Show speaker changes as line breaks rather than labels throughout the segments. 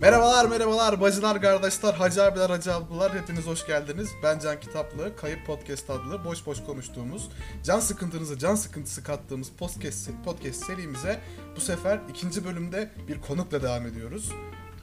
Merhabalar merhabalar bacılar kardeşler hacı abiler hacı ablalar hepiniz hoş geldiniz. Ben Can Kitaplı, Kayıp Podcast adlı boş boş konuştuğumuz, can sıkıntınızı can sıkıntısı kattığımız podcast, podcast serimize bu sefer ikinci bölümde bir konukla devam ediyoruz.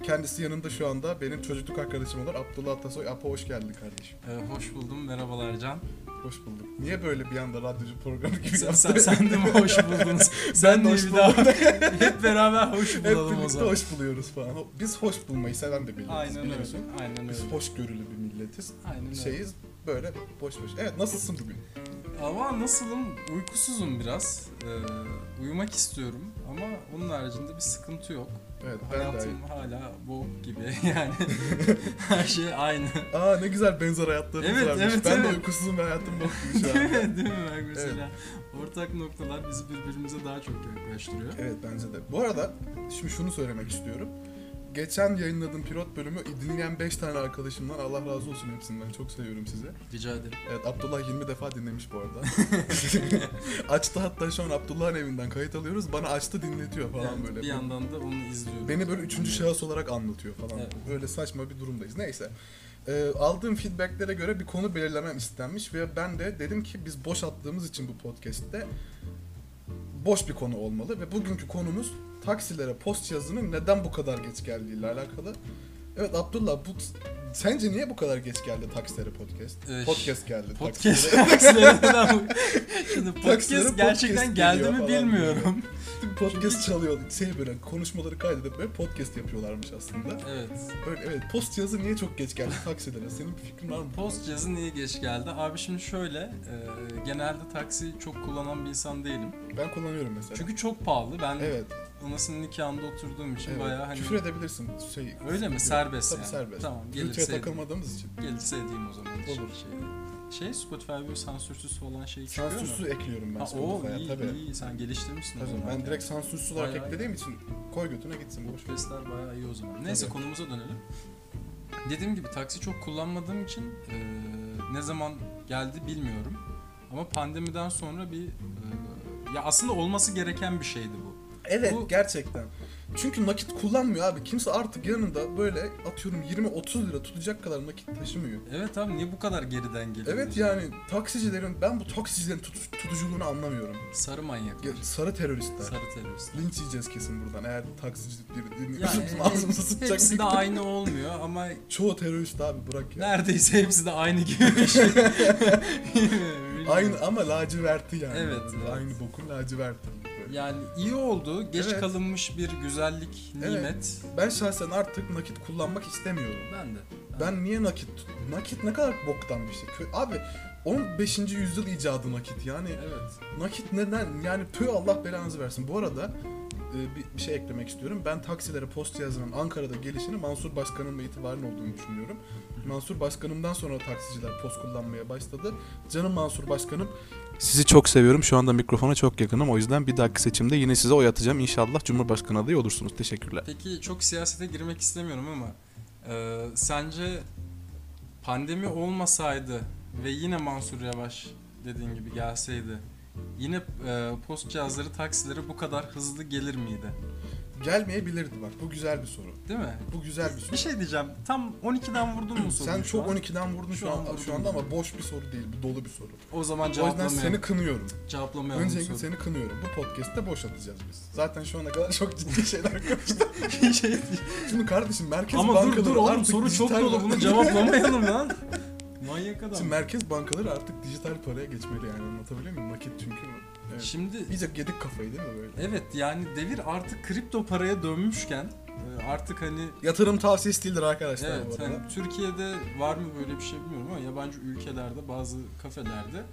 Kendisi yanında şu anda benim çocukluk arkadaşım olan Abdullah Atasoy. Apo hoş geldin kardeşim.
Ee, hoş buldum, merhabalar Can.
Hoş bulduk. Niye böyle bir anda radyocu programı gibi
Sen, sen,
yaptın?
sen de mi hoş buldunuz? Sen de
hoş
bir daha hep beraber hoş
Hep
bulalım o
birlikte
zaman.
hoş buluyoruz falan. Biz hoş bulmayı seven bir milletiz
Aynen öyle.
biliyorsun.
Aynen
Biz
öyle.
hoşgörülü bir milletiz.
Aynen öyle.
şeyiz böyle boş boş. Evet nasılsın bugün?
Ama nasılım? Uykusuzum biraz. Ee, uyumak istiyorum ama onun haricinde bir sıkıntı yok.
Evet ben de.
Hayatım hala boğuk gibi yani. Her şey aynı.
Aa ne güzel benzer hayatlarımız
Evet,
varmış.
evet,
ben de
evet.
uykusuzum ve hayatım bok gibi şu
Değil
an.
mi? Değil mi Berk? mesela? Ortak noktalar bizi birbirimize daha çok yaklaştırıyor.
evet bence de. Bu arada şimdi şunu söylemek istiyorum. Geçen yayınladığım pilot bölümü dinleyen 5 tane arkadaşımdan Allah razı olsun hepsinden. Çok seviyorum sizi.
Rica ederim.
Evet Abdullah 20 defa dinlemiş bu arada. açtı hatta şu an Abdullah'ın evinden kayıt alıyoruz. Bana açtı dinletiyor falan
Yani
böyle.
bir yandan da onu izliyorum.
Beni böyle üçüncü şahıs olarak anlatıyor falan.
Evet.
Böyle saçma bir durumdayız. Neyse. Ee, aldığım feedbacklere göre bir konu belirlemem istenmiş ve ben de dedim ki biz boş attığımız için bu podcast'te boş bir konu olmalı ve bugünkü konumuz taksilere post yazının neden bu kadar geç geldiği ile alakalı. Evet Abdullah bu sence niye bu kadar geç geldi taksilere podcast?
Ee,
podcast geldi.
Podcast
taksilere.
taksilerinden Şimdi
Taksilere
podcast gerçekten
podcast
geldi
geliyor
mi
falan
bilmiyorum.
podcast çalıyor. Şey böyle konuşmaları kaydedip böyle podcast yapıyorlarmış aslında.
evet.
Böyle evet post yazı niye çok geç geldi taksilere? Senin bir fikrin var mı?
Post cazı niye geç geldi? Abi şimdi şöyle, e, genelde taksi çok kullanan bir insan değilim.
Ben kullanıyorum mesela.
Çünkü çok pahalı. Ben
evet,
anasının nikahında oturduğum için
evet.
bayağı hani...
küfür edebilirsin. Şey,
Öyle mi? Serbest
Tabii
yani.
serbest.
Tamam,
Gürültüye
gelirse,
takılmadığımız için.
gelirse edeyim o zaman. Şey,
Olur.
şey Spotify böyle sansürsüz falan şey çıkıyor mu?
Sansürsüz ekliyorum ben
Ha, o
Spotify'a
iyi,
tabii.
iyi. Sen geliştirmişsin o
Tabii,
zaman.
ben direkt sansürsüz olarak
Bayağı iyi.
eklediğim için koy götüne gitsin boş ver.
Podcastler bayağı iyi o zaman. Neyse
Tabii.
konumuza dönelim. Dediğim gibi taksi çok kullanmadığım için eee, ne zaman geldi bilmiyorum. Ama pandemiden sonra bir eee, ya aslında olması gereken bir şeydi bu.
Evet
Bu-
gerçekten. Çünkü nakit kullanmıyor abi. Kimse artık yanında böyle atıyorum 20-30 lira tutacak kadar nakit taşımıyor.
Evet abi niye bu kadar geriden geliyor?
Evet yani taksicilerin ben bu taksicilerin tutu- tutuculuğunu anlamıyorum.
Sarı manyak.
Ya, Sarı teröristler.
Sarı terörist.
Linç yiyeceğiz kesin buradan eğer taksici biri dinliyorsa
Yani
ağzımıza
hep-
sıçacak. şey.
hepsi de aynı olmuyor ama
Çoğu terörist abi bırak ya.
neredeyse hepsi de aynı gibi bir şey. Bilmiyorum.
Aynı ama laciverti yani.
Evet, evet.
Aynı bokun laciverti. Böyle.
Yani iyi oldu. Geç
Evet.
kalınmış bir güzellik,
Evet.
nimet.
Ben şahsen artık nakit kullanmak istemiyorum.
Ben de.
Ben niye nakit tut- Nakit ne kadar boktan bir şey. Kö- Abi 15. yüzyıl icadı nakit yani.
Evet.
Nakit neden? Yani tüy Allah belanızı versin. Bu arada e, bir- bir şey eklemek istiyorum. Ben taksilere post yazının Ankara'da gelişini Mansur Başkan'ın itibaren olduğunu düşünüyorum. Mansur Başkan'ımdan sonra taksiciler post kullanmaya başladı. Canım Mansur Başkan'ım. Sizi çok seviyorum. Şu anda mikrofona çok yakınım. O yüzden bir dahaki seçimde yine size oy atacağım. İnşallah Cumhurbaşkanı adayı olursunuz. Teşekkürler.
Peki çok siyasete girmek istemiyorum ama e, sence pandemi olmasaydı ve yine Mansur Yavaş dediğin gibi gelseydi yine e, post cihazları taksilere bu kadar hızlı gelir miydi?
Gelmeyebilirdi bak. Bu güzel bir soru.
Değil mi?
Bu güzel bir soru.
Bir şey diyeceğim. Tam 12'den vurdun mu soruyu
Sen
şu
çok
an?
12'den vurdun şu,
Şu an
an, şu
vurdum.
anda ama boş bir soru değil. Bu dolu bir soru.
O zaman
O yüzden
cevaplamayalım.
seni kınıyorum.
Cevaplamayalım bu
Öncelikle
soruyu.
seni kınıyorum. Bu podcast'te boş atacağız biz. Zaten şu ana kadar çok ciddi şeyler konuştuk.
Bir şey değil.
Şimdi kardeşim Merkez
Ama
Bankaları
dur dur oğlum
artık
soru çok
dijital-
dolu bunu cevaplamayalım lan. Manyak adam.
Şimdi Merkez Bankaları artık dijital paraya geçmeli yani anlatabiliyor muyum? Nakit çünkü. Evet.
Şimdi
İyice yedik kafayı değil mi böyle?
Evet yani devir artık kripto paraya dönmüşken e, artık hani
Yatırım tavsiyesi değildir arkadaşlar bu
evet
arada.
hani Türkiye'de var mı böyle bir şey bilmiyorum ama yabancı ülkelerde bazı kafelerde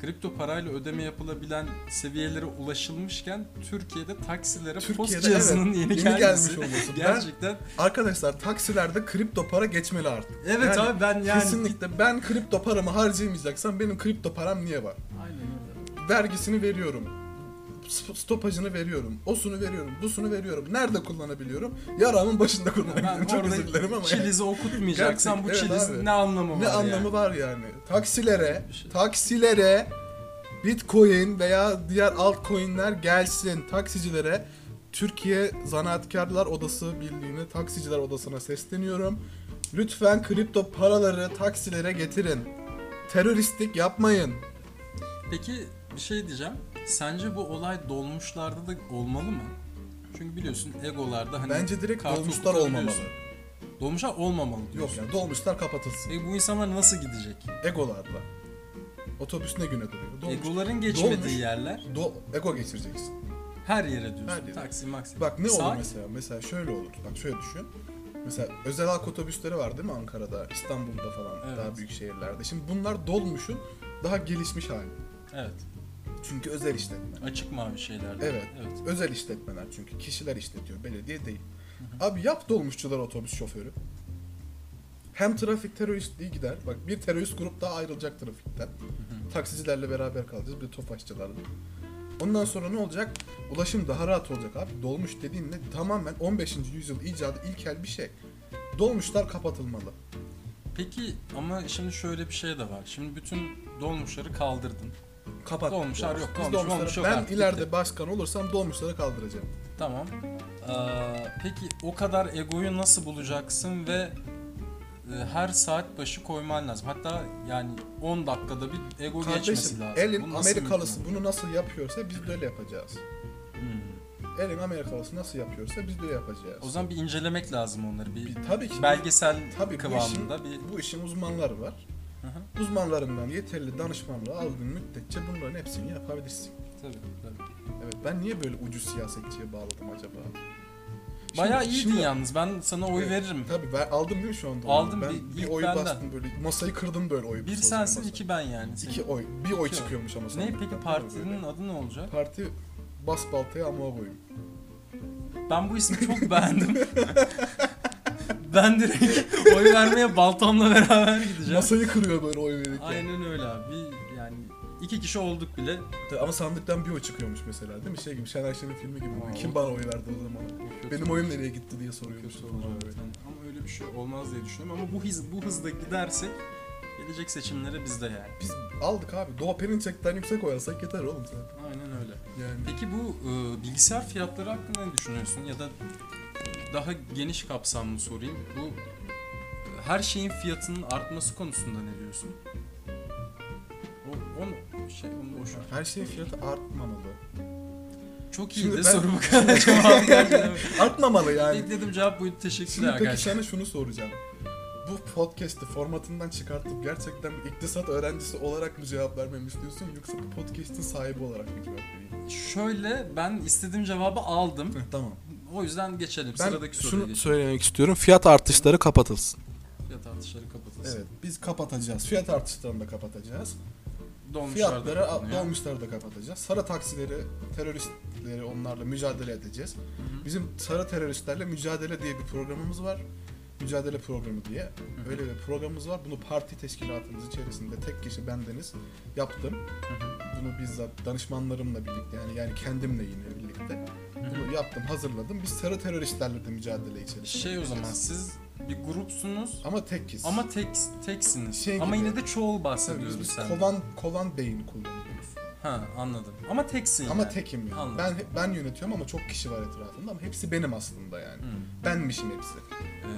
kripto parayla ödeme yapılabilen seviyelere ulaşılmışken Türkiye'de taksilere post
Türkiye'de
cihazının
evet,
yeni,
yeni
gelmesi
gelmiş olması.
gerçekten
Arkadaşlar taksilerde kripto para geçmeli artık.
evet
Yani
abi ben yani
Kesinlikle ben kripto paramı harcayamayacaksam benim kripto param niye var?
Aynen öyle.
vergisini veriyorum. Sp- Stopajını veriyorum. Osunu veriyorum. Busunu veriyorum. Nerede kullanabiliyorum? Yaramın başında
Ben
kullanabiliyorum. Çok özür dilerim ama
orada
yani.
çilizi okutmayacaksan bu
Gerçek- evet
çiliz
abi.
ne anlamı
ne
var
anlamı
yani?
var yani? Taksilere,
Bir şey.
taksilere Bitcoin veya diğer altcoin'ler gelsin. Taksicilere Türkiye Zanaatkarlar Odası Birliği'ne, Taksiciler Odası'na sesleniyorum. Lütfen kripto paraları taksilere getirin. Teröristlik yapmayın.
Peki bir şey diyeceğim. Sence bu olay dolmuşlarda da olmalı mı? Çünkü biliyorsun egolarda hani
Bence direkt
kartı
dolmuşlar
okutabiliyorsun.
olmamalı.
Dolmuşlar olmamalı
Yok
diyorsun.
yani dolmuşlar kapatılsın.
E bu insanlar nasıl gidecek?
Egolarla. Otobüs ne güne duruyor? Dolmuş.
Egoların geçmediği
Dolmuş.
yerler
Do- ego geçireceksin.
her yere diyorsun.
Her yere.
Taksi, maksi.
Bak ne
Saat-
olur mesela? Mesela şöyle olur. Bak şöyle düşün. Mesela özel halk otobüsleri var değil mi Ankara'da, İstanbul'da falan
Evet.
daha büyük şehirlerde. Şimdi bunlar dolmuşun daha gelişmiş hali.
Evet.
Çünkü özel işletme.
Açık mavi şeylerde.
Evet.
Evet.
Özel işletmeler çünkü kişiler işletiyor, belediye değil. Abi yap dolmuşçular otobüs şoförü. Hem trafik teröristliği gider. Bak bir terörist grup daha ayrılacak trafikten. Taksicilerle beraber kalacağız, bir de tofaşçılarla. Ondan sonra ne olacak? Ulaşım daha rahat olacak abi. Dolmuş dediğin ne? Tamamen 15. yüzyıl icadı ilkel bir şey. Dolmuşlar kapatılmalı.
Peki ama şimdi şöyle bir şey de var. Şimdi bütün dolmuşları kaldırdın.
Kapat.
Dolmuşlar yok,
Biz
dolmuş,
dolmuşlara-
dolmuş yok
Ben
artık,
ileride
bitti.
başkan olursam dolmuşları kaldıracağım.
Tamam. Ee, peki o kadar egoyu nasıl bulacaksın ve e, her saat başı koyman lazım. Hatta yani 10 dakikada bir ego geçmesi
Kardeşim
lazım.
elin
Bu nasıl
Amerikalısı
mümkün?
bunu nasıl yapıyorsa biz de öyle yapacağız.
Hmm.
Elin Amerikalısı nasıl yapıyorsa biz de öyle yapacağız.
O zaman bir incelemek lazım onları. Bir
Bir- tabii ki
belgesel
tabii şey- bu
kıvamında bir...
bu işin uzmanları var.
Hı hı,
Uzmanlarından yeterli danışmanlığı aldığın müddetçe bunların hepsini yapabilirsin.
tabii, tabii.
Evet ben niye böyle ucu siyasetçiye bağladım acaba? Şimdi-
Bayağı iyiydin
şimdi-
yalnız. Ben sana oy
Evet,
veririm.
Tabii ben aldım değil mi şu anda?
Aldım,
Ben
bir-
bir,
ilk
oyu
benden.
bastım böyle masayı kırdım böyle oyu.
Bir
basılı
sensin,
masaya.
iki ben yani. Senin-
İki oy. Bir oy
İki oy.
çıkıyormuş ama
Ne
sanırım.
peki
Böyle.
partinin adı ne olacak?
Parti bas baltaya ama koyun.
Ben bu ismi çok beğendim. ben direkt oy vermeye baltamla beraber gideceğim.
Masayı kırıyor böyle oy verirken.
Aynen öyle abi. Bir- Yani iki kişi olduk bile.
Tabii Ama sandıktan bir oy çıkıyormuş mesela değil mi? Şey gibi Şener Şen'in filmi gibi.
Aa,
Kim bana oy verdi o zaman? Benim oyum nereye gitti diye soruyormuş.
kötü olur abi. Yani Ama öyle bir şey olmaz diye düşünüyorum. Ama bu hız, bu hızda gidersek gelecek seçimlere bizde yani.
Biz aldık abi. Doğa Perinçek'ten yüksek oy alsak yeter oğlum sen.
Aynen öyle.
Yani
Peki bu e, bilgisayar fiyatları hakkında ne düşünüyorsun? Ya da daha geniş kapsamlı sorayım. Bu e, her şeyin fiyatının artması konusunda ne diyorsun? O, onu şey onu boş ver.
her şeyin fiyatı artmamalı.
Çok
Şimdi
iyiydi
ben-
soru bu kadar cevap geldi.
Artmamalı yani.
Bekledim cevap buydu. Teşekkürler
Şimdi peki
arkadaşlar.
sana şunu soracağım. Bu podcast'i formatından çıkartıp gerçekten bir iktisat öğrencisi olarak mı cevap vermemi istiyorsun yoksa bu podcast'in sahibi olarak mı cevap vereyim?
Şöyle ben istediğim cevabı aldım.
Hı, tamam.
O yüzden geçelim. Sıradaki soruya geçelim.
söylemek istiyorum. Fiyat artışları kapatılsın.
Fiyat artışları kapatılsın.
Evet biz kapatacağız. Fiyat artışlarını da kapatacağız.
Dolmuşlar da
Fiyatları
kapanıyor.
dolmuşları da kapatacağız. Sarı taksileri, teröristleri onlarla mücadele edeceğiz.
Hı
Bizim sarı teröristlerle mücadele diye bir programımız var. Mücadele programı diye.
hı.
Öyle bir programımız var. Bunu parti teşkilatımız içerisinde tek kişi bendeniz yaptım.
Hı hı.
Bunu bizzat danışmanlarımla birlikte yani yani kendimle yine birlikte
Hı hı.
bunu yaptım, hazırladım. Biz sarı teröristlerle de mücadele içerisinde.
Şey o zaman siz bir grupsunuz
Ama tekiz.
ama tek teksiniz.
Şey
ama
gibi.
yine de çoğul
Tabii biz,
bahsediyoruz
biz
sen.
kovan kovan beyin kullanıyoruz.
Ha anladım. Ama teksin.
Ama
yani.
tekim yani.
Anladım.
Ben ben yönetiyorum ama çok kişi var etrafımda ama hepsi benim aslında yani.
Hı.
Benmişim hepsi.
Ee,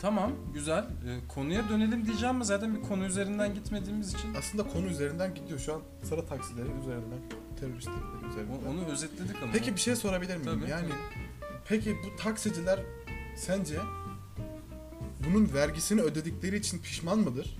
tamam güzel. Ee, konuya dönelim diyeceğim ama zaten bir konu üzerinden gitmediğimiz için
Aslında konu üzerinden gidiyor şu an sarı taksileri üzerinden, teröristlikleri üzerinden.
o- onu özetledik ama.
Peki bir şey sorabilir miyim?
Tabii,
yani
tabii.
peki bu taksiciler sence bunun vergisini ödedikleri için pişman mıdır?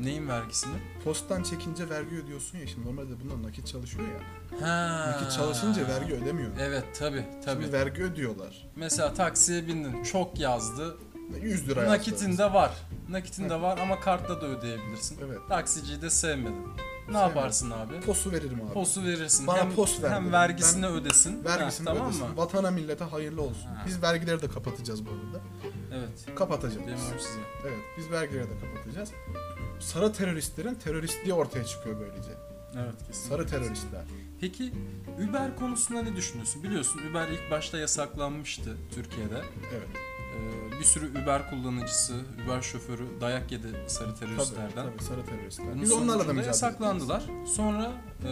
neyin vergisini?
Posttan çekince vergi ödüyorsun ya şimdi normalde bunlar nakit çalışıyor ya.
Ha.
Nakit çalışınca vergi ödemiyor.
Evet tabi tabi.
Şimdi vergi ödüyorlar.
Mesela taksiye bindin çok yazdı.
100 lira
Nakitin
yazdılar.
de var. Nakitin de
Evet.
var ama kartla da ödeyebilirsin.
Evet.
Taksiciyi de sevmedin. Ne
Sevmedim.
yaparsın abi?
Posu veririm abi.
Posu verirsin.
Bana
hem,
pos ver
hem
dedim.
vergisini ödesin.
Vergisini
Ha,
ödesin.
Tamam mı?
Vatana millete hayırlı olsun.
Ha.
Biz vergileri de kapatacağız bu arada.
Evet.
Kapatacağız.
Benim oyum size.
Evet biz vergileri de kapatacağız. Sarı teröristlerin teröristliği ortaya çıkıyor böylece.
Evet kesin.
Sarı teröristler.
Peki Uber konusunda ne düşünüyorsun? Biliyorsun Uber ilk başta yasaklanmıştı Türkiye'de.
Evet.
Ee, Ee, bir sürü Uber kullanıcısı, Uber şoförü dayak yedi sarı teröristlerden.
Tabii, tabii sarı teröristler.
Bunun
Biz onlarla da
sonucunda
mücadele
yasaklandılar. Sonra e,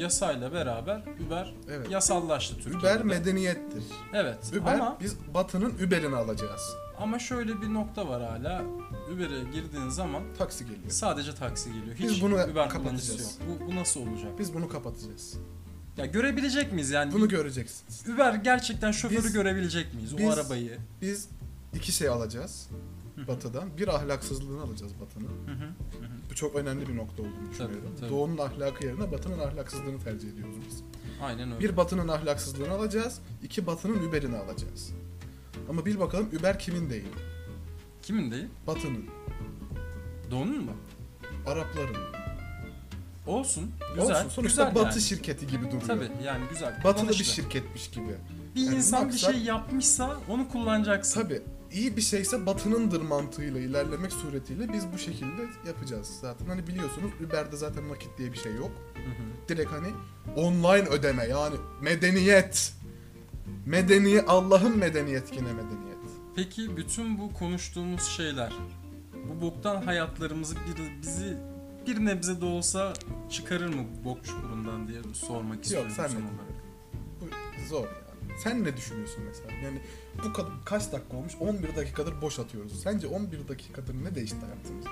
yasayla beraber Uber
ettik. Evet.
yasallaştı Türkiye'de.
Uber medeniyettir.
Evet
Uber,
ama
biz Batı'nın Uber'ini alacağız.
ama şöyle bir nokta var hala. Uber'e girdiğin zaman
Taksi geliyor.
sadece taksi geliyor. Hiç
Biz bunu
Uber kullanıcısı yok.
kapatacağız.
Bu, bu nasıl olacak?
Biz bunu kapatacağız.
Ya görebilecek miyiz yani?
Bunu göreceksiniz.
Uber gerçekten şoförü
Biz-
görebilecek miyiz?
biz-
o arabayı.
Biz iki şey alacağız Batı'dan. Bir ahlaksızlığını alacağız Batı'nın.
Hı hı.
Bu çok önemli bir nokta olduğunu düşünüyorum.
tabii.
Doğu'nun ahlakı yerine Batı'nın ahlaksızlığını tercih ediyoruz biz.
Aynen öyle.
Bir Batı'nın ahlaksızlığını alacağız, iki Batı'nın Uber'ini alacağız. Ama bil bakalım Uber kimin değil?
Kimin değil?
Batı'nın,
Doğu'nun mu?
Arapların.
Olsun. Güzel.
Olsun sonuçta
güzel
Batı
yani.
şirketi gibi duruyor.
Tabii yani güzel.
Batılı bir
kullanışlı.
şirketmiş gibi.
Bir
Yani
insan
maksat-
bir şey yapmışsa onu kullanacaksın.
Tabii iyi bir şeyse batınındır mantığıyla ilerlemek suretiyle biz bu şekilde yapacağız zaten. Hani biliyorsunuz Uber'de zaten nakit diye bir şey yok.
Hı hı.
Direkt hani online ödeme yani medeniyet. Medeni Allah'ın medeniyet gene medeniyet.
Peki bütün bu konuştuğumuz şeyler bu boktan hayatlarımızı bir, bizi bir nebze de olsa çıkarır mı bu bok çukurundan diye sormak istiyorum
Yok sen ne
son
düşünüyorsun? Bu zor yani. Sen ne düşünüyorsun mesela? Yani bu kadar kaç dakika olmuş? 11 dakikadır boş atıyoruz. Sence 11 dakikadır ne değişti hayatımızda?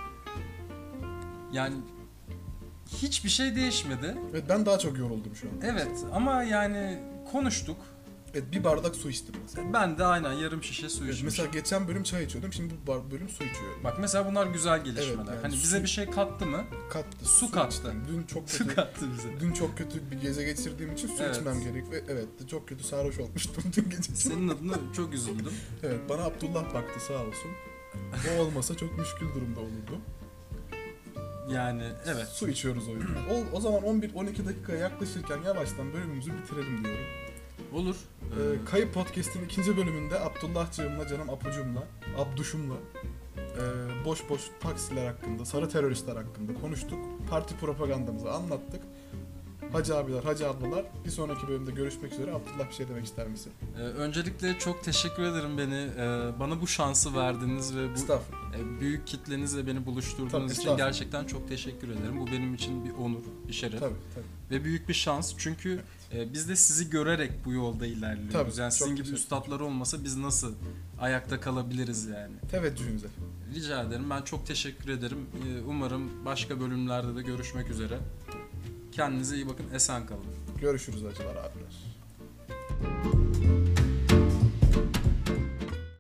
Yani hiçbir şey değişmedi.
Evet ben daha çok yoruldum şu an.
Evet ama yani konuştuk.
Evet bir bardak su içtim mesela.
Ben de aynen yarım şişe su
Evet,
içmişim.
mesela geçen bölüm çay içiyordum. Şimdi bu bar- bölüm su içiyorum.
Bak mesela bunlar güzel gelişmeler.
Evet, yani
hani
su-
bize bir şey kattı mı?
kattı.
Su kattı.
içtim. Dün çok
Su
kötü
kattı bize.
dün çok kötü bir gece geçirdiğim için su
Evet.
içmem gerek ve evet de çok kötü sarhoş olmuştum dün gece.
Senin adına çok üzüldüm.
Evet bana Abdullah baktı sağ olsun. O olmasa çok müşkül durumda olurdum.
Yani evet.
Su içiyoruz o yüzden. O, o zaman 11-12 dakikaya yaklaşırken yavaştan bölümümüzü bitirelim diyorum.
Olur.
Ee, Kayıp Podcast'in ikinci bölümünde Abdullahcığımla, canım Apucum'la, Abduşum'la e, boş boş taksiler hakkında, sarı teröristler hakkında konuştuk. Parti propagandamızı anlattık. Hacı abiler, hacı ablalar bir sonraki bölümde görüşmek üzere. Abdullah bir şey demek ister misin?
Ee, öncelikle çok teşekkür ederim beni e, bana bu şansı verdiğiniz ve bu
Estağfurullah.
e, büyük kitlenizle beni
Tabii,
buluşturduğunuz için
estağfurullah.
gerçekten çok teşekkür ederim. Bu benim için bir onur, bir şeref
Tabii tabii.
ve büyük bir şans. Çünkü e, biz de sizi görerek bu yolda ilerliyoruz.
Tabii,
yani
çok
sizin gibi
teşekkür
üstadlar olmasa biz nasıl ayakta kalabiliriz yani.
Teveccühünüz efendim.
Rica ederim. Ben çok teşekkür ederim. E, umarım başka bölümlerde de görüşmek üzere. Kendinize iyi bakın. Esen kalın.
Görüşürüz hacılar abiler.